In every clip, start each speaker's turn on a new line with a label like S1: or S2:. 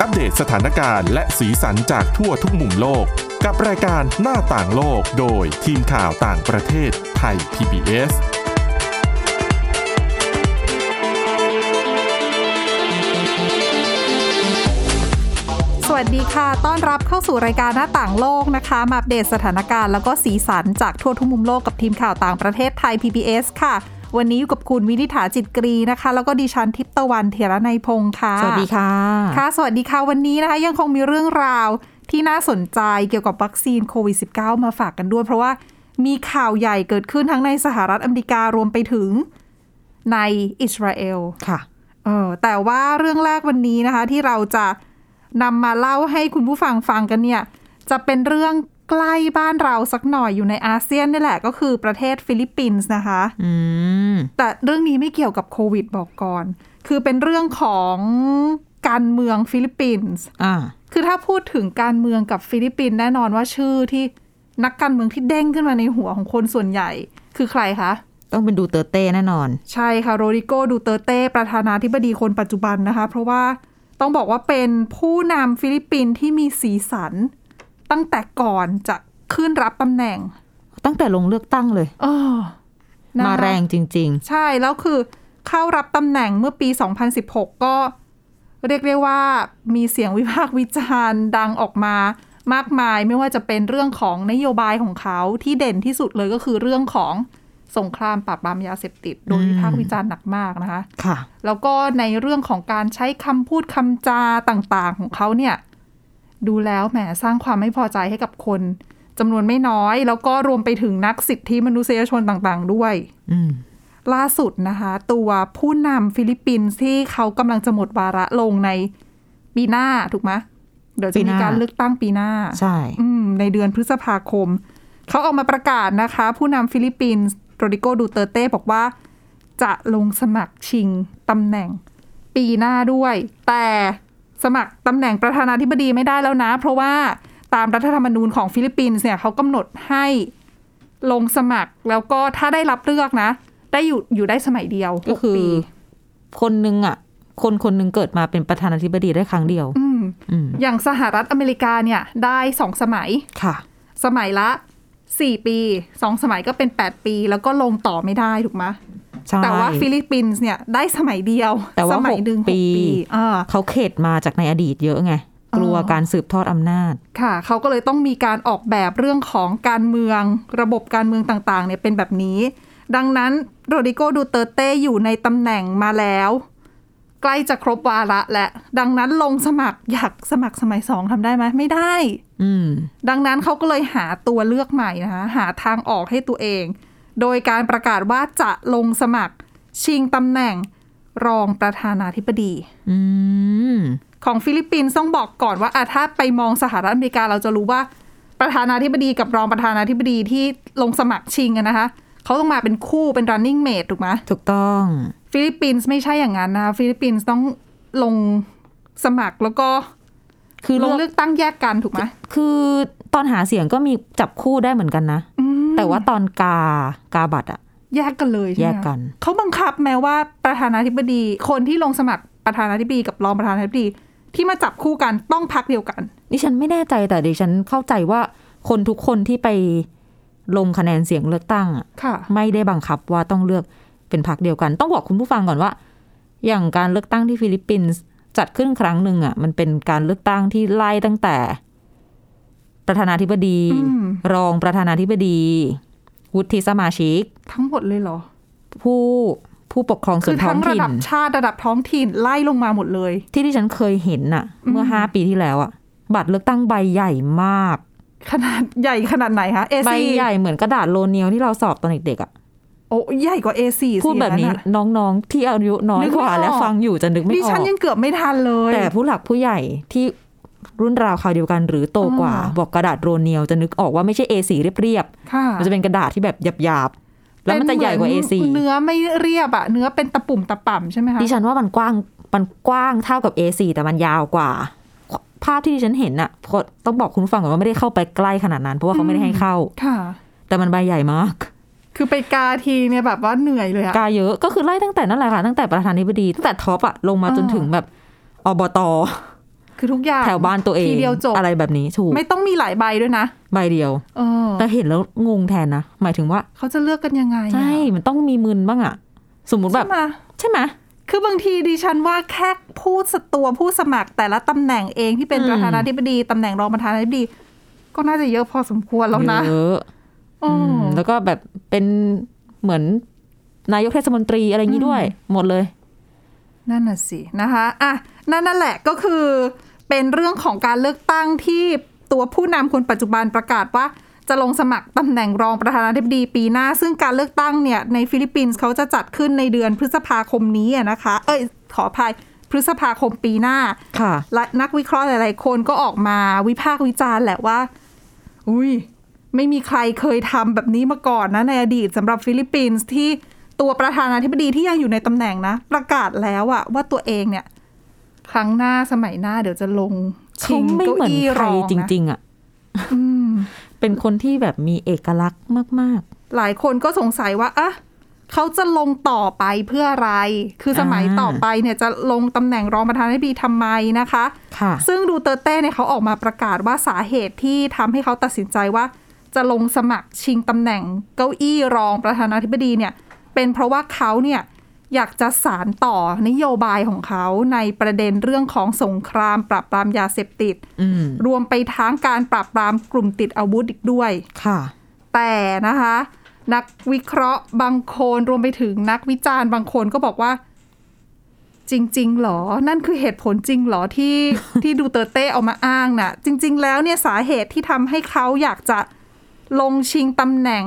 S1: อัปเดตสถานการณ์และสีสันจากทั่วทุกมุมโลก กับรายการหน้าต่างโลกโดยทีมข่าวต่างประเทศไทย PBS
S2: สวัสดีค่ะ ต้อนรับเข้าสู่รายการหน้าต่างโลกนะคะ มาอัปเดตสถานการณ์แล้วก็สีสันจากทั่วทุกมุมโลกกับทีมข่าวต่างประเทศไทย PBS ค่ะ วันนี้อยู่กับคุณวินิษฐาจิตกรีนะคะ แล้วก็ดิฉันทิพย์ตะวันเทระในยพงค์ค่ะ
S3: สวัสดีค่ะ
S2: ค่ะ สวัสดีค่ะ วันนี้นะคะ ยังคงมีเรื่องราวที่น่าสนใจเกี่ยวกับวัคซีนโควิด -19 มาฝากกันด้วย เพราะว่ามีข่าวใหญ่เกิดขึ้นทั้งในสหรัฐอเมริการวมไปถึงในอิสราเอล
S3: ค่ะ
S2: เออแต่ว่าเรื่องแรกวันนี้นะคะ ที่เราจะนำมาเล่าให้คุณผู้ฟังฟังกันเนี่ย จะเป็นเรื่องใกล้บ้านเราสักหน่อยอยู่ในอาเซียนนี่แหละก็คือประเทศฟิลิปปินส์นะคะ
S3: อืม
S2: แต่เรื่องนี้ไม่เกี่ยวกับโควิดบอกก่อน คือเป็นเรื่องของการเมืองฟิลิปปินส์
S3: อ่า
S2: คือถ้าพูดถึงการเมืองกับฟิลิปปินส์แน่นอนว่าชื่อที่นักการเมืองที่เด้งขึ้นมาในหัวของคนส่วนใหญ่ คือใครคะ
S3: ต้องเป็นดูเตอร์เต้แน่นอน
S2: ใช่ค่ะ โรดิโกดูเตอร์เต้ ประธานาธิบดีคนปัจจุบันนะคะ เพราะว่าต้องบอกว่าเป็นผู้นำฟิลิปปินส์ที่มีสีสัน ตั้งแต่ก่อนจะขึ้นรับตำแหน่ง
S3: ตั้งแต่ลงเลือกตั้งเลย
S2: เออนะคะ
S3: มาแรงจริง
S2: ใช่ แล้วคือเข้ารับตำแหน่งเมื่อปี 2016 ก็เรียกได้ว่ามีเสียงวิพากษ์วิจารณ์ดังออกมามากมาย ไม่ว่าจะเป็นเรื่องของนโยบายของเขาที่เด่นที่สุดเลยก็คือเรื่องของสงครามปราบปรามยาเสพติดโดนวิพากษ์วิจารณ์หนักมากนะคะ
S3: ๆ ค่ะ
S2: แล้วก็ในเรื่องของการใช้คำพูดคำจาต่างๆ ของเขาเนี่ย ดูแล้วแหมสร้างความไม่พอใจให้กับคนจำนวนไม่น้อย แล้วก็รวมไปถึงนักสิทธิมนุษยชนต่างๆ ด้วย
S3: อืม
S2: ล่าสุดนะคะ ตัวผู้นำฟิลิปปินส์ที่เขากำลังจะหมดวาระลงในปีหน้าถูกไหมเดี๋ยวจะ
S3: ปีห
S2: มี
S3: น้า
S2: การเลือกตั้งปีหน้า
S3: ใช่
S2: อืมในเดือนพฤษภาคม เขาออกมาประกาศนะคะ ผู้นำฟิลิปปินส์โรดิโกดูเตอร์เต้บอกว่า จะลงสมัครชิงตำแหน่งปีหน้าด้วย แต่สมัครตำแหน่งประธานาธิบดีไม่ได้แล้วนะ เพราะว่าตามรัฐธรรมนูญของฟิลิปปินส์เนี่ยเขากำหนดให้ลงสมัครแล้วก็ถ้าได้รับเลือกนะ ได้อยู่อยู่ได้สมัยเดียว
S3: ก็คือ
S2: หปี
S3: คนหนึ่งอ่ะ คนคนหนึ่งเกิดมาเป็นประธานาธิบดีได้ครั้งเดียว
S2: อืม
S3: อืม
S2: อย่างสหรัฐอเมริกาเนี่ยได้สองสมัย
S3: ค่ะ
S2: สมัยละ 4 ปี 2 สมัยก็เป็น 8 ปี แล้วก็ลงต่อไม่ได้ถูกไหม
S3: ใช่
S2: แต่ว่าฟิลิปปินส์เนี่ยได้สมัยเดียว
S3: แต่
S2: ส
S3: ว่า
S2: มั
S3: ห
S2: ย
S3: ก
S2: หนึ่งหก
S3: ปี
S2: อ่า
S3: เขาเข็ดมาจากในอดีตเยอะไง กลัว
S2: อ๋อ
S3: การสืบทอดอำนาจ
S2: ค่ะ เขาก็เลยต้องมีการออกแบบเรื่องของการเมือง ระบบการเมืองต่างๆ เนี่ยเป็นแบบนี้ ดังนั้นโรดิโกดูเตอร์เต้อยู่ในตำแหน่งมาแล้ว ใกล้จะครบวาระและ ดังนั้นลงสมัครอยากสมัครสมัยสองทำได้ไหมไม่ได้
S3: อืม
S2: ดังนั้นเขาก็เลยหาตัวเลือกใหม่นะคะหาทางออกให้ตัวเอง โดยการประกาศว่าจะลงสมัครชิงตำแหน่งรองประธานาธิบดี
S3: อืม
S2: ของฟิลิปปินส์ต้องบอกก่อนว่าอ่ะถ้าไปมองสหรัฐอเมริกาเราจะรู้ว่าประธานาธิบดีกับรองประธานาธิบดีที่ลงสมัครชิงอะนะคะเขาต้องมาเป็นคู่เป็น running mate ถูกไหม
S3: ถูกต้อง
S2: ฟิลิปปินส์ไม่ใช่อย่างนั้นนะคะฟิลิปปินส์ต้องลงสมัครแล้วก็
S3: คือ
S2: ลง
S3: เลื
S2: เลื
S3: อก
S2: อกตั้งแยกกันถูกไหม
S3: คือตอนหาเสียงก็มีจับคู่ได้เหมือนกันนะ
S2: อืม
S3: แต่ว่าตอนกากาบัตรอ่ะ
S2: แยกกันเลยใช่ไหม
S3: แยกกัน
S2: เขาบังคับแม้ว่าประธานาธิบดี คนที่ลงสมัครประธานาธิบดีกับรองประธานาธิบดี ที่มาจับคู่กันต้องพักเดียวกัน
S3: ดิฉันไม่แน่ใจแต่ดิฉันเข้าใจว่าคนทุกคนที่ไปลงคะแนนเสียงเลือกตั้งอะ
S2: ค่ะ
S3: ไม่ได้บังคับว่าต้องเลือกเป็นพรรคเดียวกัน ต้องบอกคุณผู้ฟังก่อนว่า อย่างการเลือกตั้งที่ฟิลิปปินส์จัดขึ้นครั้งหนึ่งอ่ะมันเป็นการเลือกตั้งที่ไล่ตั้งแต่ ประธานาธิบดี
S2: อืม
S3: รองประธานาธิบดี วุฒิสมาชิก
S2: ทั้งหมดเลยเหรอ
S3: ผู้ผู้ปกครองส่
S2: คื
S3: ว
S2: อน
S3: ท้อ
S2: ทั้ง
S3: ง
S2: ระ
S3: ถิ่น
S2: ดับชาติระดับท้องถิ่นไล่ลงมาหมดเลย
S3: ที่ที่ฉันเคยเห็นน่ะ เมื่ออ
S2: ม
S3: ห้าปีที่แล้วอ่ะ บัตรเลือกตั้งใบใหญ่มาก
S2: ขนาดใหญ่ขนาดไหนคะ
S3: ใบ
S2: A4
S3: ใหญ่เหมือนกระดาษโลเนียวที่เราสอบตอนเด็กๆอ่ะ
S2: โอ้ใหญ่กว่า A4 สิ
S3: พูดแบบนี้
S2: อย่าง
S3: น้องๆที่อายุน้อย
S2: นึก
S3: ก
S2: ไม่
S3: ว่า
S2: ออก
S3: และฟังอยู่จะนึกไม่
S2: ดิ
S3: ออ
S2: ฉัน
S3: ก
S2: ยังเกือบไม่ทันเลย
S3: แต่ผู้หลักผู้ใหญ่ที่รุ่นราวคราวเดียวกันหรือโตกว่า
S2: อ่า
S3: บอกกระดาษโรเนียวจะนึกออกว่าไม่ใช่ A4 เรียบ
S2: ค่ะ
S3: ๆมันจะเป็นกระดาษที่แบบหยาบๆแล้วมันจะใหญ่กว่า
S2: เป็นเมื
S3: A4
S2: อนเนื้อไม่เรียบอะเนื้อเป็นตะปุ่มตะป่ำใช่ไหมคะ
S3: ดิฉันว่ามันกว้างมันกว้างเท่ากับ A4 แต่มันยาวกว่า ภาพที่ดิฉันเห็นน่ะก็ต้องบอกคุณผู้ฟังก่อนว่าไม่ได้เข้าไปใกล้ขนาดนั้น เพราะว่าเขาไม่ได้ให้เข้า
S2: ค่ะ
S3: แต่มันใบใหญ่มาก
S2: คือไปกาทีเนี่ยแบบว่าเหนื่อยเลยอะ
S3: กาเยอะก็คือไล่ตั้งแต่นั่นแหละค่ะ ตั้งแต่ประธานาธิบดีตั้งแต่ท็อปอะลงมา
S2: อ่า
S3: จนถึงแบบอบต
S2: คือทุกอย่าง
S3: แถวบ้านตัวเอง
S2: ทีเดียวจบ
S3: อะไรแบบนี้ถูก
S2: ไม่ต้องมีหลายใบด้วยนะ
S3: ใบเดียว
S2: เออ
S3: แต่เห็นแล้วงงแทนนะ หมายถึงว่า
S2: เขาจะเลือกกันยังไงอะ
S3: ใช่ มันต้องมีมึนบ้างอะสมมุติแบบ
S2: ใช่ไหม
S3: ใช่ไหม
S2: คือบางทีดิฉันว่าแค่พูดสตัวผู้สมัครแต่ละตำแหน่งเองที่เป็น
S3: อืม
S2: ประธานาธิบดีตำแหน่งรองประธานาธิบดี ก็น่าจะเยอะพอสมควรแล้วนะ
S3: เยอะ
S2: อื
S3: อื
S2: ม
S3: มแล้วก็แบบเป็นเหมือนนายกเทศมนตรีอะไรอย่างนี้ด้วย หมดเลย
S2: นั่นน่ะสินะคะอ่ะนั่นนั่นแหละก็คือ เป็นเรื่องของการเลือกตั้งที่ตัวผู้นำคนปัจจุบันประกาศว่า จะลงสมัครตำแหน่งรองประธานาธิบดีปีหน้า ซึ่งการเลือกตั้งเนี่ยในฟิลิปปินส์เขาจะจัดขึ้นในเดือนพฤษภาคมนี้อะนะคะ เอ้ยขออภัยพฤษภาคมปีหน้า
S3: ค่ะ
S2: และนักวิเคราะห์หลาย ๆ คนก็ออกมาวิพากษ์วิจารณ์แหละว่า อุ้ย ไม่มีใครเคยทำแบบนี้มาก่อนนะ ในอดีตสำหรับฟิลิปปินส์ที่ตัวประธานาธิบดีที่ยังอยู่ในตำแหน่งนะ ประกาศแล้วอะว่าตัวเองเนี่ย ครั้งหน้าสมัยหน้าเดี๋ยวจะลง
S3: เขา
S2: ชิง
S3: ไม่
S2: เก้า
S3: เหมือน
S2: อี้
S3: ใค
S2: ร
S3: ร
S2: อง
S3: จ
S2: นะ
S3: ริง ๆ อ่ะ
S2: อืม
S3: เป็นคนที่แบบมีเอกลักษณ์มาก
S2: หลายคนก็สงสัยว่าอ่ะเขาจะลงต่อไปเพื่ออะไร คือสมัย
S3: อ่า
S2: ต่อไปเนี่ยจะลงตำแหน่งรองประธานาธิบดีทำไมนะคะ
S3: ๆ ค่ะ
S2: ซึ่งดูเตอร์เต้เนี่ยเขาออกมาประกาศว่าสาเหตุที่ทำให้เขาตัดสินใจว่า จะลงสมัครชิงตำแหน่งเก้าอี้รองประธานาธิบดีเนี่ย เป็นเพราะว่าเขาเนี่ยอยากจะสารต่อนโยบายของเขาในประเด็นเรื่องของสงคราม ปราบปรามยาเสพติด
S3: อืม
S2: รวมไปทั้งการปราบปรามกลุ่มติดอาวุธอีกด้วย
S3: ค่ะ
S2: แต่นะคะ นักวิเคราะห์บางคนรวมไปถึงนักวิจารณ์บางคนก็บอกว่า จริง ๆ หรอ นั่นคือเหตุผลจริงหรอที่ ที่ดูเตอร์เต้เออกมาอ้างน่ะ จริง ๆ แล้วเนี่ยสาเหตุที่ทำให้เขาอยากจะลงชิงตำแหน่ง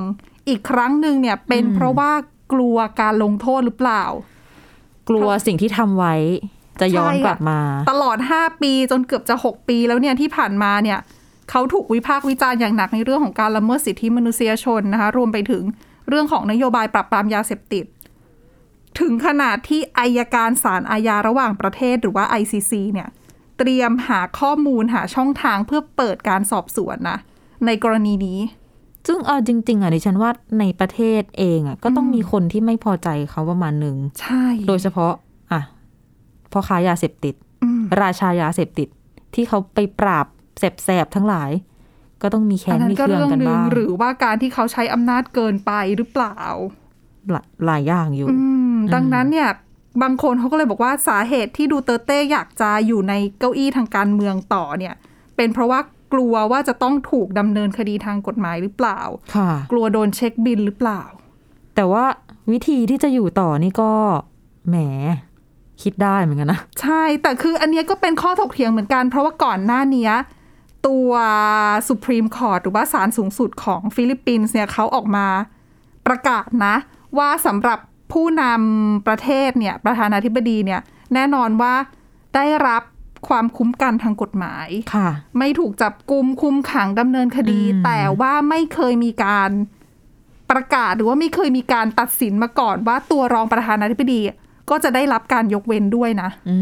S2: อีกครั้งหนึ่งเนี่ย เป็นเพราะว่ากลัวการลงโทษหรือเปล่า
S3: กลัวสิ่งที่ทำไว้ จะย้อน
S2: ใช่อะ
S3: กลับมา
S2: ตลอด 5 ปีจนเกือบจะ 6 ปีแล้วเนี่ยที่ผ่านมาเนี่ยเขาถูกวิพากษ์วิจารณ์อย่างหนักในเรื่องของการละเมิดสิทธิมนุษยชนนะคะรวมไปถึงเรื่องของนโยบายปราบปรามยาเสพติด ถึงขนาดที่อายการศาลอาญาระหว่างประเทศหรือว่า ICC เนี่ยเตรียมหาข้อมูลหาช่องทางเพื่อเปิดการสอบสวนนะในกรณีนี้
S3: ซึ่งเอาจริง ๆ อ่ะดิฉันว่าในประเทศเองอ่ะ ก็ต้องมีคนที่ไม่พอใจเขาประมาณหนึ่ง
S2: ใช่
S3: โดยเฉพาะ อ่ะพ่อค้ายาเสพติด
S2: อืม
S3: ราชายาเสพติด ที่เขาไปปราบแสบๆทั้งหลาย ก็ต้องมีแค้
S2: อั
S3: น
S2: นนั้
S3: มี
S2: นก็
S3: เครื่อง
S2: เรื่อง
S3: กัน
S2: หนึ่ง
S3: บ้าง
S2: หรือว่าการที่เขาใช้อำนาจเกินไปหรือเปล่า
S3: หลายหลายอย่างอยู่
S2: อืมดังนั้นเนี่ยบางคนเขาก็เลยบอกว่าสาเหตุที่ดูเตอร์เต้อยากจะอยู่ในเก้าอี้ทางการเมืองต่อเนี่ย เป็นเพราะว่ากลัวว่าจะต้องถูกดำเนินคดีทางกฎหมายหรือเปล่า
S3: ค่ะ
S2: กลัวโดนเช็คบินหรือเปล่า
S3: แต่ว่าวิธีที่จะอยู่ต่อนี่ก็แหม คิดได้เหมือนกันนะ
S2: ใช่แต่คืออันเนี้ยก็เป็นข้อถกเถียงเหมือนกัน เพราะว่าก่อนหน้าเนี้ยตัว Supreme Court หรือว่าศาลสูงสุดของฟิลิปปินส์เนี่ยเขาออกมาประกาศนะ ว่าสำหรับผู้นำประเทศเนี่ยประธานาธิบดีเนี่ยแน่นอนว่าได้รับความคุ้มกันทางกฎหมาย
S3: ค่ะ
S2: ไม่ถูกจับกุมคุมขังดำเนินคดี
S3: อืม
S2: แต่ว่าไม่เคยมีการประกาศหรือว่าไม่เคยมีการตัดสินมาก่อนว่าตัวรองประธานาธิบดี ก็จะได้รับการยกเว้นด้วยนะ
S3: อื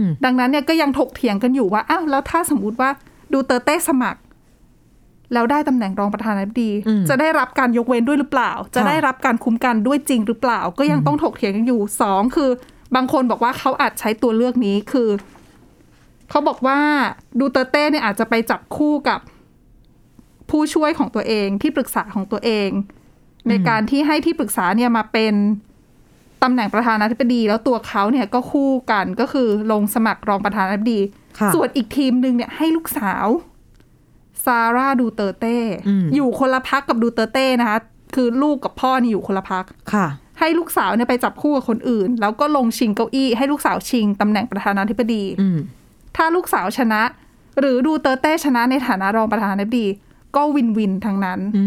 S3: ม
S2: ดังนั้นเนี่ยก็ยังถกเถียงกันอยู่ว่าอ้าวแล้วถ้าสมมติว่าดูเตอร์เต้สมัคร แล้วได้ตำแหน่งรองประธานาธิบดี
S3: อืม
S2: จะได้รับการยกเว้นด้วยหรือเปล่า จะได้รับการคุ้มกันด้วยจริงหรือเปล่า ก็ยังต้องถกเถียงกันอยู่สองคือบางคนบอกว่าเขาอาจใช้ตัวเลือกนี้คือเขาบอกว่าดูเตอร์เต้เนี่ยอาจจะไปจับคู่กับ ผู้ช่วยของตัวเองที่ปรึกษาของตัวเอง ใน
S3: อืม
S2: การที่ให้ที่ปรึกษาเนี่ยมาเป็น ตำแหน่งประธานาธิบดีแล้วตัวเขาเนี่ยก็คู่กันก็คือลงสมัครรองประธานาธิบดี
S3: ค่ะ
S2: ส่วนอีกทีมหนึ่งเนี่ยให้ลูกสาวซาร่าดูเตอร์เต้
S3: อืม
S2: อยู่คนละพักกับดูเตอร์เต้นะคะ คือลูกกับพ่อนี่อยู่คนละพัก
S3: ค่ะ
S2: ให้ลูกสาวเนี่ยไปจับคู่กับคนอื่น แล้วก็ลงชิงเก้าอี้ ให้ลูกสาวชิงตำแหน่งประธานาธิบดี
S3: อืม
S2: ถ้าลูกสาวชนะ หรือดูเตอร์เต้ชนะในฐานะรองประธานาธิบดี ก็วินวินทั้งนั้น
S3: อื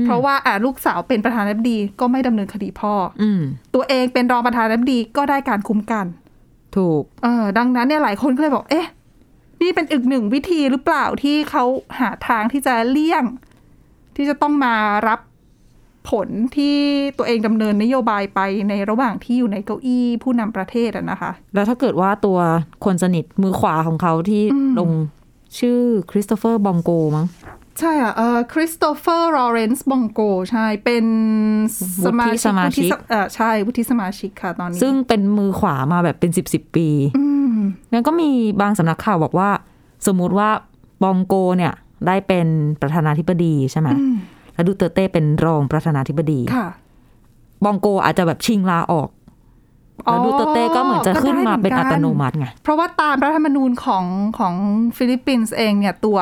S3: ม
S2: เพราะว่าอ่ะลูกสาวเป็นประธานาธิบดีก็ไม่ดำเนินคดีพ่อ
S3: อืม
S2: ตัวเองเป็นรองประธานาธิบดีก็ได้การคุ้มกัน
S3: ถูก
S2: เออดังนั้นเนี่ยหลายคนก็เลยบอก เอ๊ะ นี่เป็นอีกหนึ่งวิธีหรือเปล่าที่เขาหาทางที่จะเลี่ยง ที่จะต้องมารับผลที่ตัวเองดำเนินนโยบายไปในระหว่างที่อยู่ในเก้าอี้ผู้นำประเทศอะนะคะ
S3: แล้วถ้าเกิดว่าตัวคนสนิทมือขวาของเขาที่
S2: อืม
S3: ลงชื่อคริสโตเฟอร์บองโกมั้ง
S2: ใช่อ่ะเออคริสโตเฟอร์ลอเรนซ์บองโก ใช่ เป็นสมาชิก
S3: วุฒิสมาชิก
S2: วุฒิสเออใช่วุฒิสมาชิกค่ะตอนนี้
S3: ซึ่งเป็นมือขวามาแบบเป็นสิบสิบปี
S2: อืม ม
S3: แล้วก็มีบางสำนักข่าวบอกว่า สมมุติว่าบองโกเนี่ยได้เป็นประธานาธิบดีใช่ไหม
S2: อืม
S3: แล้วดูเตอร์เต้เป็นรองประธานาธิบดี
S2: ค่ะ
S3: บองโกอาจจะแบบชิงลาออก แล้วดูเตอร์เต้ก็เหมือนจะขึ้นมาเป็นอัตโน
S2: ติ
S3: มัติไง
S2: เพราะว่าตามรัฐธรรมนูญของของฟิลิปปินส์เองเนี่ยตัว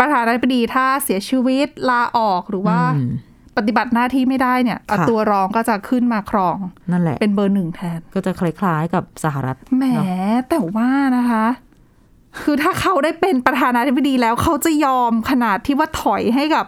S2: ประธานาธิบดีถ้าเสียชีวิตลาออกหรือว่า
S3: อืม
S2: ปฏิบัติหน้าที่ไม่ได้เนี่ยเอา
S3: ค่ะ
S2: ตัวรองก็จะขึ้นมาครอง
S3: นั่นแหละ
S2: เป็นเบอร์หนึ่งแทน
S3: ก็จะคล้ายๆกับสหรัฐ
S2: แหม
S3: เนอะ
S2: แต่ว่านะคะ คือถ้าเขาได้เป็นประธานาธิบดีแล้วเขาจะยอมขนาดที่ว่าถอยให้กับ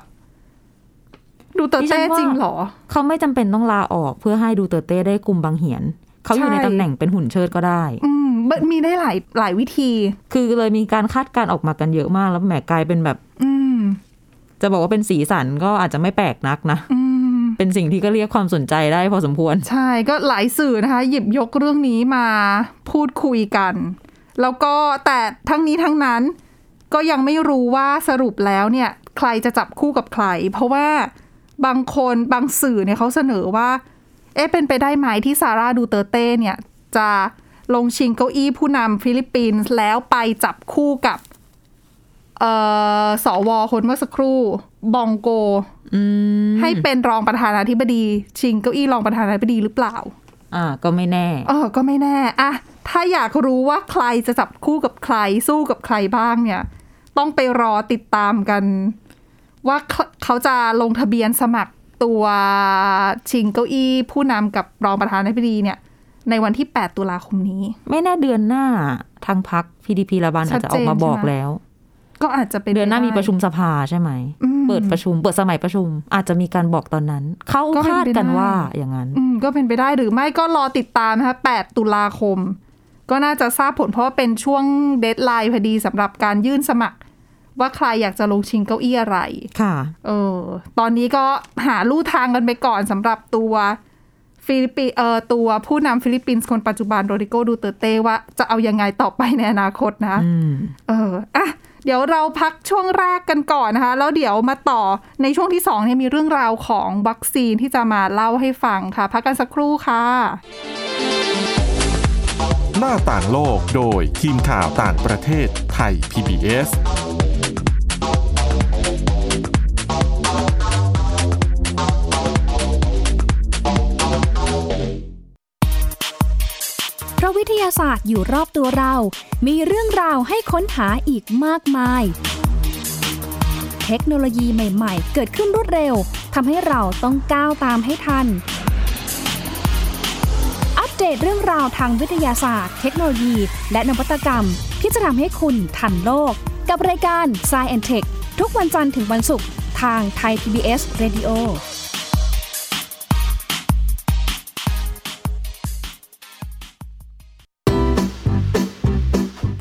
S2: ดูเตอร์เต้จริงเหรอ
S3: เขาไม่จำเป็นต้องลาออกเพื่อให้ดูเตอร์เต้ได้กลุ่มบางเหียน เขาอยู่
S2: ใช่
S3: ในตำแหน่งเป็นหุ่นเชิดก็ได้
S2: อืมมันมีได้หลายหลายวิธี
S3: คือเลยมีการคาดการณ์ออกมากันเยอะมาก แล้วแหมกลายเป็นแบบ
S2: อืม
S3: จะบอกว่าเป็นสีสันก็อาจจะไม่แปลกนักนะ
S2: อืม
S3: เป็นสิ่งที่ก็เรียกความสนใจได้พอสมควร
S2: ใช่ก็หลายสื่อนะคะ หยิบยกเรื่องนี้มาพูดคุยกัน แล้วก็แต่ทั้งนี้ทั้งนั้น ก็ยังไม่รู้ว่าสรุปแล้วเนี่ย ใครจะจับคู่กับใคร เพราะว่าบางคนบางสื่อเนี่ยเขาเสนอว่า เอ๊ะเป็นไปได้ไหมที่ซาร่าดูเตอร์เต้เนี่ย จะลงชิงเก้าอี้ผู้นำฟิลิปปินส์แล้วไปจับคู่กับ เอ่อสวคนเมื่อสักครู่บองโก
S3: อืม
S2: ให้เป็นรองประธานาธิบดี ชิงเก้าอี้รองประธานาธิบดีหรือเปล่า
S3: อ่า ก็ไม่แน่
S2: เออ ก็ไม่แน่อะถ้าอยากรู้ว่าใครจะจับคู่กับใครสู้กับใครบ้างเนี่ย ต้องไปรอติดตามกัน ว่าเขาเขาจะลงทะเบียนสมัครตัวชิงเก้าอี้ผู้นำกับรองประธานาธิบดีเนี่ย ในวันที่ 8 ตุลาคมนี้
S3: ไม่แน่เดือนหน้าทางพัก PDP ระบัน
S2: ชั
S3: อา
S2: ด
S3: จ
S2: เจน
S3: จะออกมาบอก
S2: ใช่ไหม
S3: แล้ว
S2: ก็อาจจะเป็น
S3: เดือนหน้า
S2: ไ
S3: มีประชุมสภาใช่ไหม
S2: อืม
S3: เปิดประชุม เปิดสมัยประชุม อาจจะมีการบอกตอนนั้น เขา
S2: ก็เป็น
S3: คาด
S2: ไปได้
S3: กันว่าอย่างนั้น
S2: อืมก็เป็นไปได้หรือไม่ก็รอติดตามนะคะ8ตุลาคม ก็น่าจะทราบผลเพราะว่าเป็นช่วงเดทไลน์พอดีสำหรับการยื่นสมัคร ว่าใครอยากจะลงชิงเก้าอี้อะไร
S3: ค่ะ
S2: เออ ตอนนี้ก็หาลู่ทางกันไปก่อนสำหรับตัวฟิลิปปิเออตัวผู้นำฟิลิปปินส์คนปัจจุบันโรดิโกดูเตอร์เตว่าจะเอายังไงต่อไปในอนาคตนะ
S3: อืม
S2: เอออ่ะเดี๋ยวเราพักช่วงแรกกันก่อนนะคะ แล้วเดี๋ยวมาต่อในช่วงที่สองเนี่ยมีเรื่องราวของวัคซีนที่จะมาเล่าให้ฟังค่ะ พักกันสักครู่ค่ะ
S1: หน้าต่างโลกโดยทีมข่าวต่างประเทศไทย PBS
S4: เพราะวิทยาศาสตร์อยู่รอบตัวเรา มีเรื่องราวให้ค้นหาอีกมากมาย เทคโนโลยีใหม่ ๆ เกิดขึ้นรวดเร็ว ทำให้เราต้องก้าวตามให้ทัน อัปเดตเรื่องราวทางวิทยาศาสตร์ เทคโนโลยี และนวัตกรรม ที่จะทำให้คุณทันโลก กับรายการ s c i e n t e c h ทุกวันจันทร์ถึงวันศุกร์ทางไทย PBS Radio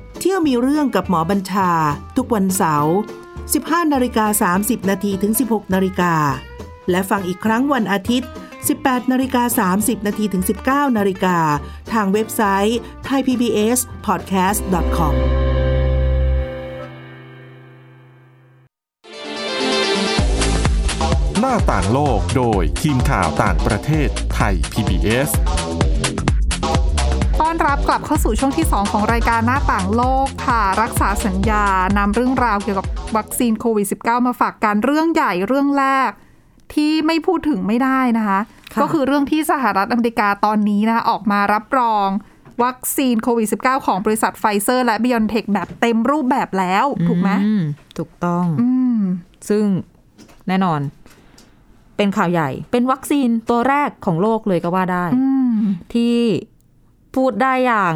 S5: เที่ยวมีเรื่องกับหมอบัญชา ทุกวันเสาร์ 15นาฬิกา30นาทีถึง 16นาฬิกาและฟังอีกครั้งวันอาทิตย์ 18นาฬิกา30นาทีถึง 19นาฬิกาทางเว็บไซต์ thaipbspodcast.com
S1: หน้าต่างโลกโดยทีมข่าวต่างประเทศไทย PBS
S2: ต้อนรับกลับเข้าสู่ช่วงที่ 2 ของรายการหน้าต่างโลกค่ะ รักษาสัญญานำเรื่องราวเกี่ยวกับวัคซีนโควิด -19 มาฝากกันเรื่องใหญ่เรื่องแรก ที่ไม่พูดถึงไม่ได้นะคะ
S3: ค่ะ
S2: ก็คือเรื่องที่สหรัฐอเมริกาตอนนี้นะคะออกมารับรอง วัคซีนโควิด -19 ของบริษัทไฟเซอร์ และ b i o n t e c h แบบเต็มรูปแบบแล้ว ถูกไหม
S3: อืถูกต้อง
S2: อืม
S3: ซึ่งแน่นอน เป็นข่าวใหญ่ เป็นวัคซีนตัวแรกของโลกเลยก็ว่าได้
S2: อืม
S3: ที่พูดได้อย่าง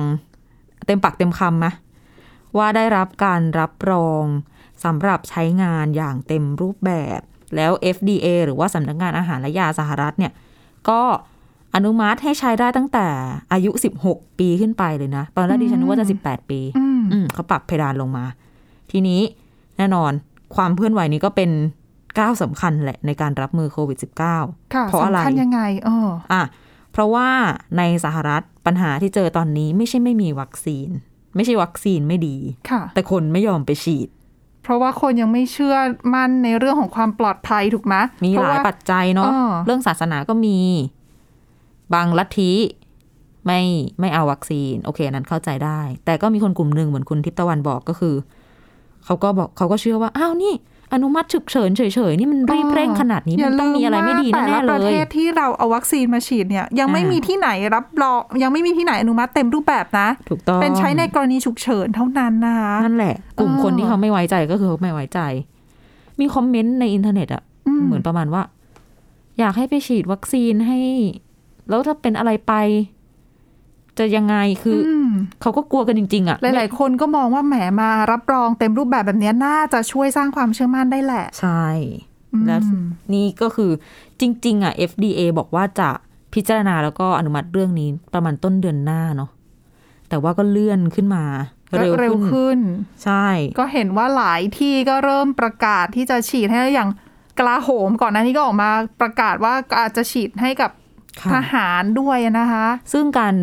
S3: เต็มปากเต็มคำนะว่าได้รับการรับรองสำหรับใช้งานอย่างเต็มรูปแบบ แล้ว FDA หรือว่าสำนักงานอาหารและยาสหรัฐเนี่ย ก็อนุมัติให้ใช้ได้ตั้งแต่อายุ 16 ปีขึ้นไปเลยนะ ตอนแรกดิฉันนึกว่าจะ 18 ปี
S2: อืม
S3: อืมเขาปรับเพดานลงมา ทีนี้แน่นอนความเคลื่อนไหวนี้ก็เป็นก้าวสำคัญแหละในการรับมือโควิด -19
S2: ค่ะ
S3: เพราะอะไร
S2: สำคัญยังไงเออ
S3: อ่ะเพราะว่าในสหรัฐปัญหาที่เจอตอนนี้ไม่ใช่ไม่มีวัคซีน ไม่ใช่วัคซีนไม่ดี
S2: ค่ะ
S3: แต่คนไม่ยอมไปฉีด
S2: เพราะว่าคนยังไม่เชื่อมั่นในเรื่องของความปลอดภัยถูกไหม
S3: มีห
S2: เพ
S3: ลาย
S2: ระว่
S3: ปัจจัยเนาะ
S2: เออ
S3: เรื่องศาสนาก็มี บางลัทธิไม่ไม่เอาวัคซีน โอเคอันนั้นเข้าใจได้ แต่ก็มีคนกลุ่มหนึ่งเหมือนคุณทิพย์ตะวันบอกก็คือ เขาก็บอกเขาก็เชื่อว่า อ้าวนี่ อนุมัติฉุกเฉินเฉยๆ นี่มันรีบเร่งขนาดนี้ มันต้องมีอะไรไม่ดี
S2: ย่าลืว่า
S3: แน่
S2: แต่ละ
S3: ๆ
S2: ป
S3: เล
S2: ระ
S3: ย
S2: เทศที่เราเอาวัคซีนมาฉีดเนี่ย ยังไม่
S3: อ่ามี
S2: มีที่ไหนรับรองยังไม่มีที่ไหนอนุมัติเต็มรูปแบบนะ
S3: ถูกต้อง
S2: เป็นใช้ในกรณีฉุกเฉินเท่านั้นนะคะ
S3: นั่นแหละ กลุ่ม
S2: เออ
S3: คนที่เขาไม่ไว้ใจก็คือเขาไม่ไว้ใจ มีคอมเมนต์ในอินเทอร์เน็ตอะเหมือนประมาณว่า อยากให้ไปฉีดวัคซีนให้ แล้วถ้าเป็นอะไรไป จะยังไงคืออ
S2: ม
S3: เขาก็กลัวกันจริง ๆอะ
S2: หลาย ๆ คนก็มองว่าแหมมารับรองเต็มรูปแบบแบบเนี้ยน่าจะช่วยสร้างความเชื่อมั่นได้แหละ
S3: ใช่
S2: อืม
S3: แล้วนี่ก็คือจริง ๆอะ FDA บอกว่าจะพิจารณาแล้วก็อนุมัติเรื่องนี้ประมาณต้นเดือนหน้าเนาะแต่ว่าก็เลื่อนขึ้นมา เร็ว
S2: เร็ว
S3: ขึ้น
S2: ขึ้น
S3: ใช่
S2: ก็เห็นว่าหลายที่ก็เริ่มประกาศที่จะฉีดให้อย่างกลาโหมก่อนหน้านี้ก็ออกมาประกาศว่าอาจจะฉีดให้กับ
S3: ค่ะ
S2: ทหารด้วยนะคะ
S3: ซึ่งการ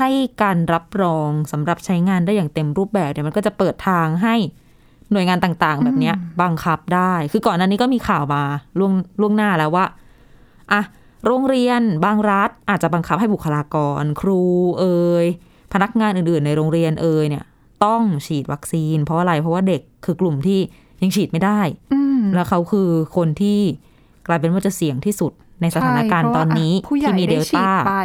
S3: ให้การรับรองสำหรับใช้งานได้อย่างเต็มรูปแบบเนี่ยมันก็จะเปิดทางให้หน่วยงานต่างๆ แบบเนี้ยบังคับได้ คือก่อนหน้านี้ก็มีข่าวมาล่วงล่วงหน้าแล้วว่าอ่ะโรงเรียนบางรัฐอาจจะบังคับให้บุคลากร ครูเอ่ยพนักงานอื่นๆ ในโรงเรียนเอ่ยเนี่ย ต้องฉีดวัคซีน เพราะอะไรเพราะว่าเด็กคือกลุ่มที่ยังฉีดไม่ได้
S2: อืม
S3: แล้วเขาคือคนที่กลายเป็นว่าจะเสี่ยงที่สุดในสถานการณ์ตอนนี้
S2: ใช่เพราะว่า
S3: ที่
S2: อ่ะผู้
S3: มี
S2: ใหญ่
S3: เด
S2: ได้
S3: ล
S2: ฉี
S3: ต้า
S2: ดไป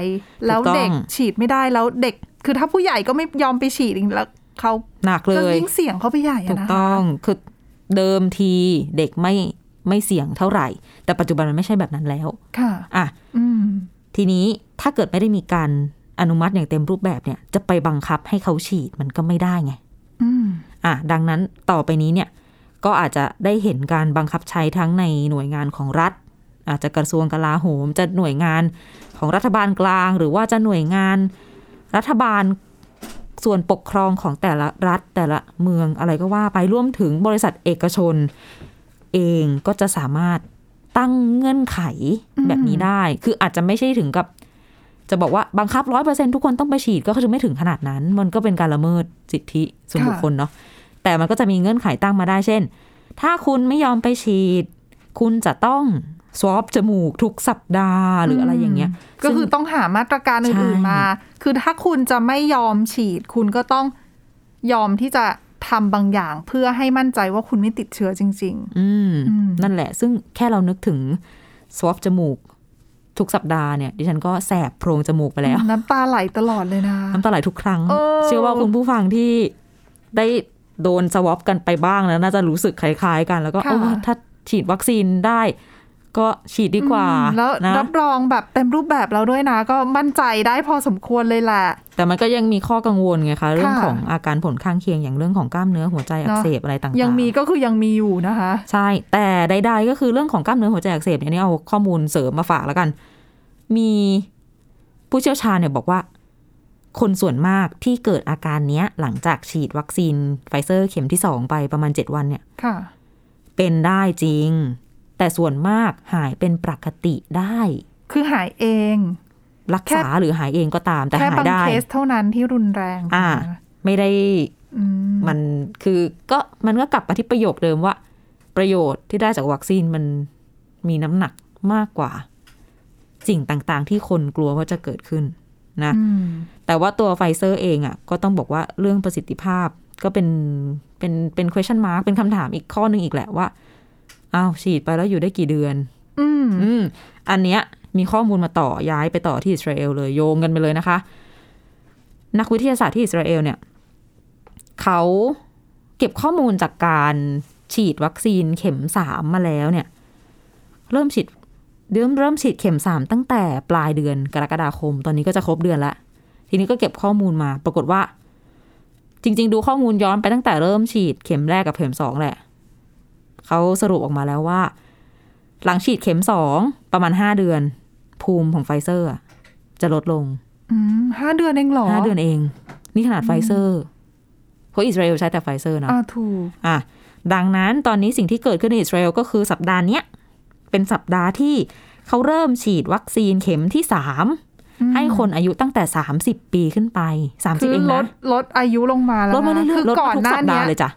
S2: แล้ว
S3: ถูกต้อง
S2: เด็กฉีดไม่ได้แล้วเด็ก คือถ้าผู้ใหญ่ก็ไม่ยอมไปฉีดอีกแล้วเขา
S3: หนักเล
S2: ก็
S3: ย
S2: ยิ่งเสี่ยงเขาไปใหญ่
S3: ถู
S2: อะ
S3: ก
S2: นะ
S3: ต้องคือเดิมทีเด็กไม่ไม่เสี่ยงเท่าไหร่ แต่ปัจจุบันมันไม่ใช่แบบนั้นแล้ว
S2: ค่ะ
S3: อ่ะ
S2: อืม
S3: ทีนี้ถ้าเกิดไม่ได้มีการอนุมัติอย่างเต็มรูปแบบเนี่ย จะไปบังคับให้เขาฉีดมันก็ไม่ได้ไง
S2: อืม
S3: อ่ะดังนั้นต่อไปนี้เนี่ยก็อาจจะได้เห็นการบังคับใช้ทั้งในหน่วยงานของรัฐ อาจจะกระทรวงกลาโหม จะหน่วยงานของรัฐบาลกลาง หรือว่าจะหน่วยงานรัฐบาลส่วนปกครองของแต่ละรัฐแต่ละเมืองอะไรก็ว่าไปรวมถึงบริษัทเอกชน เองก็จะสามารถตั้งเงื่อนไขแบบนี้ได้ คืออาจจะไม่ใช่ถึงกับ จะบอกว่าบังคับร้อยเปอร์เซ็นทุกคนต้องไปฉีดก็คือไม่ถึงขนาดนั้น มันก็เป็นการละเมิดสิทธิส่วนบุคคลเนาะแต่มันก็จะมีเงื่อนไขตั้งมาได้เช่น ถ้าคุณไม่ยอมไปฉีด คุณจะต้องสวอปจมูกทุกสัปดาห์ หรืออะไรอย่างเงี้ย
S2: ก็คือต้องหามาตรการอื่น
S3: ใช่
S2: ๆมา คือถ้าคุณจะไม่ยอมฉีด คุณก็ต้องยอมที่จะทำบางอย่างเพื่อให้มั่นใจว่าคุณไม่ติดเชื้อจริง
S3: อืม
S2: อืม
S3: นั่นแหละ ซึ่งแค่เรานึกถึงสวอปจมูก ทุกสัปดาห์เนี่ย ดิฉันก็แสบโพรงจมูกไปแล้ว
S2: ๆ น้ำตาไหลตลอดเลยนะ
S3: น้ำตาไหลทุกครั้ง
S2: เออ
S3: เชื่อว่าคุณผู้ฟังที่ได้โดนสวอปกันไปบ้างแล้วน่าจะรู้สึกคล้ายๆกัน แล้วก็เออถ้าฉีดวัคซีนได้ ก็ฉีดดีกว่า
S2: อืมแล้ว
S3: นะ
S2: รับรองแบบเต็มรูปแบบแล้วด้วยนะ ก็มั่นใจได้พอสมควรเลยแหละ
S3: แต่มันก็ยังมีข้อกังวลไงคะ เรื่อง
S2: ค่ะ
S3: ของอาการผลข้างเคียงอย่างเรื่องของกล้ามเนื้อหัวใจอัก
S2: เนาะ
S3: เสบอะไรต่างๆ
S2: ยังมีก็คือยังมีอยู่นะคะ
S3: ใช่ แต่ใดๆก็คือเรื่องของกล้ามเนื้อหัวใจอักเสบเนี่ยอันนี่เอาข้อมูลเสริมมาฝากแล้วกัน มีผู้เชี่ยวชาญเนี่ยบอกว่า คนส่วนมากที่เกิดอาการเนี้ย หลังจากฉีดวัคซีนไฟเซอร์เข็มที่สองไปประมาณ 7 วันเนี่ย
S2: ค่ะ
S3: เป็นได้จริง แต่ส่วนมากหายเป็นปกติได้
S2: คือหายเอง
S3: รักษาหรือหายเองก็ตามแต่
S2: แค่
S3: หาย
S2: บาง
S3: ได้
S2: เคสเท่านั้นที่รุนแรง
S3: อ่า ไม่ได้
S2: อืม
S3: มันคือก็มันก็กลับมาที่ประโยคเดิมว่า ประโยชน์ที่ได้จากวัคซีนมันมีน้ำหนักมากกว่า สิ่งต่างๆ ที่คนกลัวว่าจะเกิดขึ้นนะ
S2: อืม
S3: แต่ว่าตัวไฟเซอร์เองอะ่ะ ก็ต้องบอกว่าเรื่องประสิทธิภาพก็เป็นเป็นเป็น question mark เป็นคำถามอีกข้อหนึงอีกแหละว่าอ้าวฉีดไปแล้วอยู่ได้กี่เดือน
S2: อืม
S3: อืมอันเนี้ยมีข้อมูลมาต่อย้ายไปต่อที่อิสราเอลเลยโยงกันไปเลยนะคะ นักวิทยาศาสตร์ที่อิสราเอลเนี่ยเขาเก็บข้อมูลจากการฉีดวัคซีนเข็มสามมาแล้วเนี่ย เริ่มฉีดเริ่มเริ่มฉีดเข็มสามตั้งแต่ปลายเดือนกรกฎาคม ตอนนี้ก็จะครบเดือนละทีนี้ก็เก็บข้อมูลมา ปรากฏว่า จริง ๆ ดูข้อมูลย้อนไปตั้งแต่เริ่มฉีดเข็มแรกกับเข็มสองแหละเขาสรุปออกมาแล้วว่า หลังฉีดเข็มสองประมาณห้าเดือน ภูมิของไฟเซอร์อะจะลดลง
S2: อืมห้าเดือนเองเหรอ
S3: ห้าเดือนเอง นี่ขนาดไฟเซอร์ เพราะอิสราเอลใช้แต่ไฟเซอร์เนอะ
S2: อ่าถูก
S3: อ่ะดังนั้นตอนนี้สิ่งที่เกิดขึ้นในอิสราเอลก็คือสัปดาห์เนี้ยเป็นสัปดาห์ที่เขาเริ่มฉีดวัคซีนเข็มที่สามให้คนอายุตั้งแต่ 30 ปีขึ้นไป
S2: คื
S3: 30
S2: อ
S3: เอง
S2: ล
S3: นะ
S2: ดลดอายุลงมาแล้ว
S3: ลดมาเรื่
S2: นะ
S3: อย
S2: คื
S3: ๆลด
S2: ก่อน
S3: ทุก
S2: หน้า
S3: สัปดา
S2: เนี้ย
S3: ห์เลยจ้ะ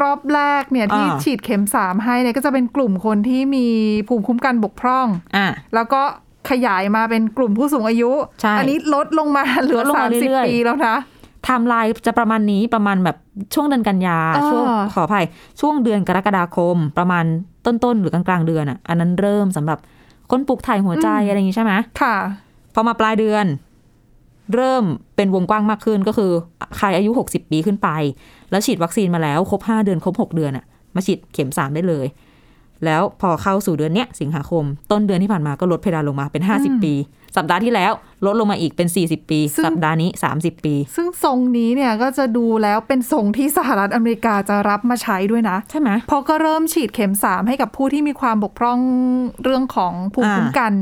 S2: รอบแรกเนี่ยที่
S3: อ่า
S2: ฉีดเข็มสามให้เนี่ยก็จะเป็นกลุ่มคนที่มีภูมิคุ้มกันบกพร่อง
S3: อ่ะ
S2: แล้วก็ขยายมาเป็นกลุ่มผู้สูงอายุ
S3: ใช่
S2: อันี้ลดลงมาเหลื
S3: ล
S2: อ
S3: ดล
S2: สาม
S3: งาม
S2: สิบ
S3: เรื่อยๆ
S2: ปีแล้วนะ
S3: ไทม์ไลน์จะประมาณนี้ประมาณแบบช่วงเดือนกันยา
S2: อ่า
S3: ช่วงขออภัยช่วงเดือนกรกฎาคม ประมาณต้นๆหรือกลางๆเดือนอ่ะอันนั้นเริ่มสำหรับคนปลูกถ่ายหัวใจอะไรอย่างนี้ใช่ไหม
S2: ค่ะ
S3: พอมาปลายเดือน เริ่มเป็นวงกว้างมากขึ้นก็คือ ใครอายุ 60 ปีขึ้นไป แล้วฉีดวัคซีนมาแล้ว ครบ 5 เดือน ครบ 6 เดือนอะมาฉีดเข็ม 3 ได้เลย แล้วพอเข้าสู่เดือนเนี้ยสิงหาคม ต้นเดือนที่ผ่านมาก็ลดเพดานลงมาเป็น
S2: อืม
S3: 50 ปี สัปดาห์ที่แล้วลดลงมาอีกเป็น 40 ปี
S2: ซึ่ง
S3: สัปดาห์นี้ 30 ปี
S2: ซึ่งทรงนี้เนี่ยก็จะดูแล้วเป็นทรงที่สหรัฐอเมริกาจะรับมาใช้ด้วยนะ
S3: ใช่ไหม
S2: เพราะก็เริ่มฉีดเข็มสามให้กับผู้ที่มีความบกพร่องเรื่องของภูมิ
S3: อ่า
S2: คุ้มกัน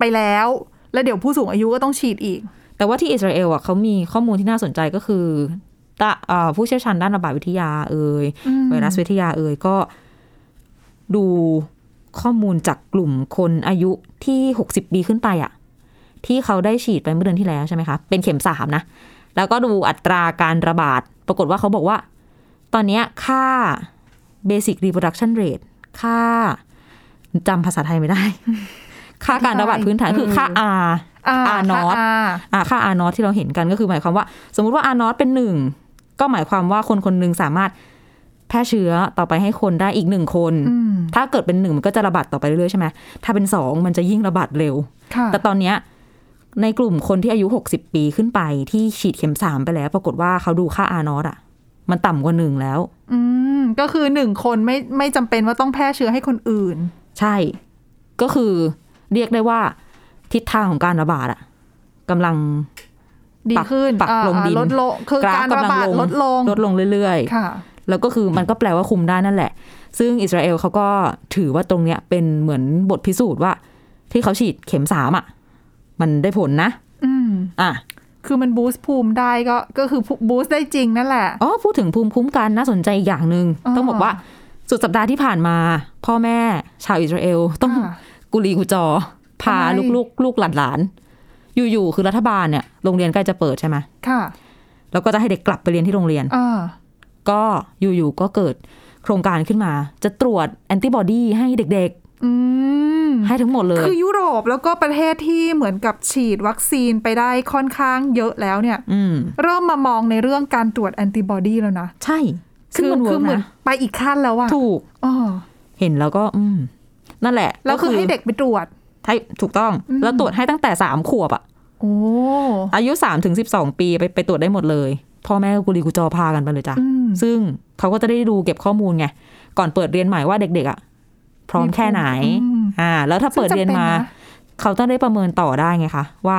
S2: ไปแล้ว แล้วเดี๋ยวผู้สูงอายุก็ต้องฉีดอีก
S3: แต่ว่าที่อิสราเอลอ่ะเขามีข้อมูลที่น่าสนใจก็คือตะเอ่อผู้เชี่ยวชาญด้านระบาดวิทยาเอ่ย
S2: อืม
S3: ไวรัสวิทยาเอ่ยก็ดูข้อมูลจากกลุ่มคนอายุที่ 60 ปีขึ้นไปอะที่เขาได้ฉีดไปเมื่อเดือนที่แล้วใช่ไหมคะ เป็นเข็มสามนะ แล้วก็ดูอัตราการระบาด ปรากฏว่าเขาบอกว่า ตอนเนี้ยค่า Basic Reproduction Rate ค่าจำภาษาไทยไม่ได้ ค่าการระบาดพื้นฐานคือค่า R
S2: อ่า
S3: R-naught
S2: ค่ะา
S3: อ่าค่าอานอสที่เราเห็นกันก็คือหมายความว่า สมมุติว่าอานอสเป็นหนึ่งก็หมายความว่าคนคนหนึ่งสามารถแพร่เชื้อต่อไปให้คนได้อีกหนึ่งคน
S2: อืม
S3: ถ้าเกิดเป็นหนึ่งมันก็จะระบาดต่อไปเรื่อยๆใช่ไหมถ้าเป็นสองมันจะยิ่งระบาดเร็ว
S2: ค่ะ
S3: แต่ตอนเนี้ยในกลุ่มคนที่อายุ 60 ปีขึ้นไปที่ฉีดเข็มสามไปแล้ว ปรากฏว่าเขาดูค่าอานอสอ่ะ มันต่ำกว่าหนึ่งแล้ว
S2: อืมก็คือหนึ่งคนไม่ไม่จำเป็นว่าต้องแพร่เชื้อให้คนอื่น
S3: ใช่ ก็คือเรียกได้ว่าทิศทางของการระบาดอ่ะกำลัง
S2: ดี
S3: ปัก
S2: ขึ้น
S3: ปัก
S2: อ่า
S3: ลงดิน
S2: ลดลงคือก
S3: ฟ
S2: การระ
S3: กำลั
S2: บาดลดลง
S3: ลดลงเรื่อยๆ
S2: ค่ะ
S3: แล้วก็คือมันก็แปลว่าคุมได้นั่นแหละ ซึ่งอิสราเอลเขาก็ถือว่าตรงเนี้ยเป็นเหมือนบทพิสูจน์ว่า ที่เขาฉีดเข็มสามอ่ะ มันได้ผลนะ
S2: อืม
S3: อ่ะ
S2: คือมันบูสต์ภูมิได้ก็ก็คือบูสต์ได้จริงนั่นแหละ
S3: อ๋อ พูดถึงภูมิคุ้มกันน่าสนใจอีกอย่างหนึง่
S2: อ่า
S3: งต้องบอกว่าสุดสัปดาห์ที่ผ่านมา พ่อแม่ชาวอิสราเอลต้อง
S2: ค่ะ
S3: กุลีกุจอ พา
S2: ทำไม
S3: ลูกๆ ลูกหลานๆอยู่ๆคือรัฐบาลเนี่ยโรงเรียนใกล้จะเปิดใช่ไหม
S2: ค่ะ
S3: แล้วก็จะให้เด็กกลับไปเรียนที่โรงเรียน
S2: อ่า
S3: ก็อยู่ๆก็เกิดโครงการขึ้นมา จะตรวจแอนติบอดีให้เด็ก
S2: อืม
S3: ๆ ให้ทั้งหมดเลย
S2: คือยุโรปแล้วก็ประเทศที่เหมือนกับฉีดวัคซีนไปได้ค่อนข้างเยอะแล้วเนี่ย
S3: อืม
S2: เริ่มมามองในเรื่องการตรวจแอนติบอดีแล้วนะ
S3: ใช่ซึ่งมันเวิ
S2: คื
S3: ร์ก
S2: เหมือน
S3: นะ
S2: ไปอีกขั้นแล้วอะ
S3: ถูก
S2: อ๋อ
S3: เห็นแล้วก็ อืม นั่นแหละ
S2: แล้วคือให้เด็กไปตรวจ
S3: ให้ถูกต้อง
S2: อืม
S3: แล้วตรวจให้ตั้งแต่สามขวบอะ
S2: โอ้
S3: อายุสามถึงสิบสองปีไปไปตรวจได้หมดเลย พ่อแม่ก็กุลีกุจอพากันไปเลยจ้ะ
S2: อืม
S3: ซึ่งเขาก็จะได้ดูเก็บข้อมูลไง ก่อนเปิดเรียนใหม่ว่าเด็ก ๆอะพร้อมแค่ไหน
S2: อืม
S3: อ่า แล้วถ้าเปิดเรียนมา
S2: ซึ่งจำป็ะ
S3: เขาต้องได้ประเมินต่อได้ไงคะ ว่า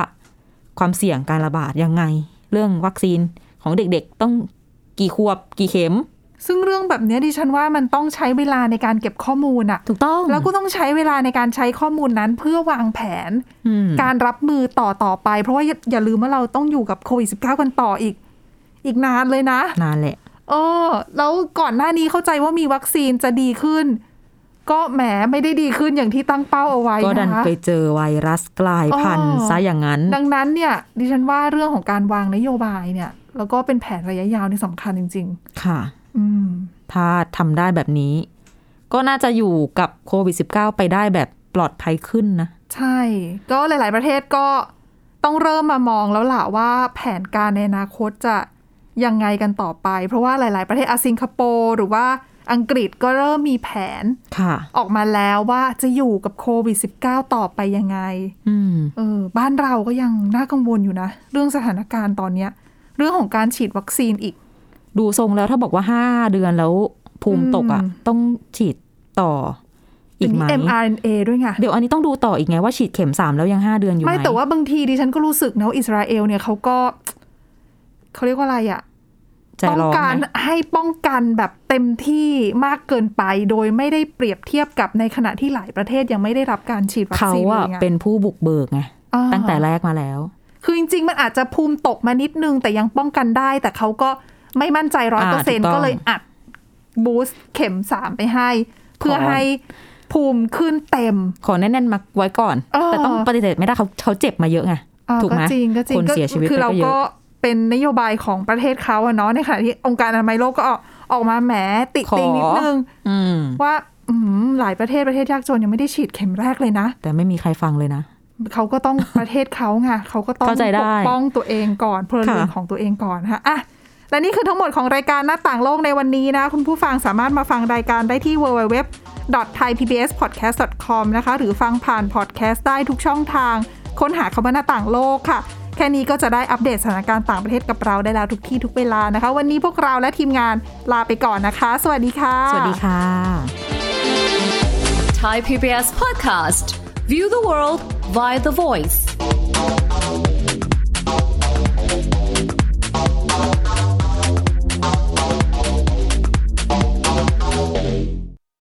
S3: ความเสี่ยงการระบาดยังไง เรื่องวัคซีนของเด็กๆต้องกี่ขวบกี่เข็ม
S2: ซึ่งเรื่องแบบเนี้ยดิฉันว่ามันต้องใช้เวลาในการเก็บข้อมูลอะ
S3: ถูกต้อง
S2: แล้วก็ต้องใช้เวลาในการใช้ข้อมูลนั้นเพื่อวางแผน
S3: อืม
S2: การรับมือต่อต่อไป เพราะว่าอย่าอย่าลืมว่าเราต้องอยู่กับโควิด -19 กันต่ออีก อีกนานเลยนะ
S3: นานแหละ
S2: เออแล้วก่อนหน้านี้เข้าใจว่ามีวัคซีนจะดีขึ้น ก็แหมไม่ได้ดีขึ้นอย่างที่ตั้งเป้าเอาไว้
S3: ก็ดัน
S2: นะคะ
S3: ไปเจอไวรัสกลายพันธุ์
S2: อ๋อ
S3: ซะอย่างนั้น
S2: ดังนั้นเนี่ย ดิฉันว่าเรื่องของการวางนโยบายเนี่ย แล้วก็เป็นแผนระยะยาวนี่สำคัญจริง
S3: ค่ะ
S2: ๆ อืม
S3: ถ้าทำได้แบบนี้ ก็น่าจะอยู่กับโควิด -19 ไปได้แบบปลอดภัยขึ้นนะ
S2: ใช่ ก็หลาย ๆ ประเทศก็ต้องเริ่มมามองแล้วล่ะว่าแผนการในอนาคตจะยังไงกันต่อไป เพราะว่าหลาย ๆ ประเทศอาสิงคโปร์หรือว่าอังกฤษก็เริ่มมีแผน
S3: ค่ะ
S2: ออกมาแล้วว่าจะอยู่กับโควิด -19 ต่อไปยังไง
S3: อืม
S2: เออบ้านเราก็ยังน่ากังวลอยู่นะ เรื่องสถานการณ์ตอนเนี้ย เรื่องของการฉีดวัคซีนอีก
S3: ดูทรงแล้วถ้าบอกว่า 5 เดือนแล้วภูมิตกอะ่ะ
S2: อืม
S3: ต้องฉีดต่ออีกไหม
S2: เดี๋ยวนี้ mRNA ด้วยไง
S3: เดี๋ยวอันนี้ต้องดูต่ออีกไงว่าฉีดเข็ม 3 แล้วยัง 5 เดือนอยู่ไหม
S2: ไม่แต่ว่าบางทีดิฉันก็รู้สึกนะว่าอิสราเอลเนี่ยเขาก็เขาเรียกว่าอะไรอะ
S3: ใจ
S2: ป้อง
S3: ร้อน
S2: กัน
S3: ไหม
S2: ให้ป้องกันแบบเต็มที่มากเกินไป โดยไม่ได้เปรียบเทียบกับในขณะที่หลายประเทศยังไม่ได้รับการฉีดวัค
S3: เขา
S2: ซีนเล
S3: อ่ะ
S2: ยไง
S3: เป็นผู้บุกเบิกไง
S2: อ่า
S3: ตั้งแต่แรกมาแล้ว
S2: คือจริง ๆ มันอาจจะภูมิตกมานิดนึง แต่ยังป้องกันได้ แต่เขาก็ ไม่มั่นใจร้อย
S3: อ่า
S2: เปอร์
S3: ถู
S2: เซ็น
S3: กต้อง
S2: ก็เลยอัดบูสต์เข็มสามไปให้ เพื่อให้ภูมิขึ้นเต็ม
S3: ขอแน่นๆมาไว้ก่อน
S2: เออ
S3: แต่ต้องปฏิเสธไม่ได้เขาเขาเจ็บมาเยอะไง
S2: เออ
S3: ถูกไหม
S2: จริงก็จริง
S3: คนเสียชีวิต
S2: คือ
S3: ไป
S2: เรา
S3: ก็เย
S2: ก็
S3: อะ
S2: เป็นนโยบายของประเทศเขาอะเนาะในขณะที่องค์การอนามัยโลกก็ออกออกมาแหมติ
S3: ขอ
S2: ติงนิดนึง
S3: อืม
S2: ว่าอืมหลายประเทศประเทศยากจนยังไม่ได้ฉีดเข็มแรกเลยนะ
S3: แต่ไม่มีใครฟังเลยนะ
S2: เขาก็ต้อง ประเทศเขาไงเขาก็ต้อง
S3: เข้าใจได้
S2: ปกป้องตัวเองก่อนพลเรือน
S3: ค่ะ
S2: ของตัวเองก่อนนะคะอ่ะและนี่คือทั้งหมดของรายการหน้าต่างโลกในวันนี้นะ คุณผู้ฟังสามารถมาฟังรายการได้ที่ www thaipbspodcast com นะคะ หรือฟังผ่านพอดแคสต์ได้ทุกช่องทาง ค้นหาคำว่าหน้าต่างโลกค่ะ แค่นี้ก็จะได้อัปเดตสถานการณ์ต่างประเทศกับเราได้แล้วทุกที่ทุกเวลานะคะ วันนี้พวกเราและทีมงานลาไปก่อนนะคะ สวัสดีค่ะ
S3: สวัสดีค่ะ
S6: Thai PBS podcast. View the world via the voice.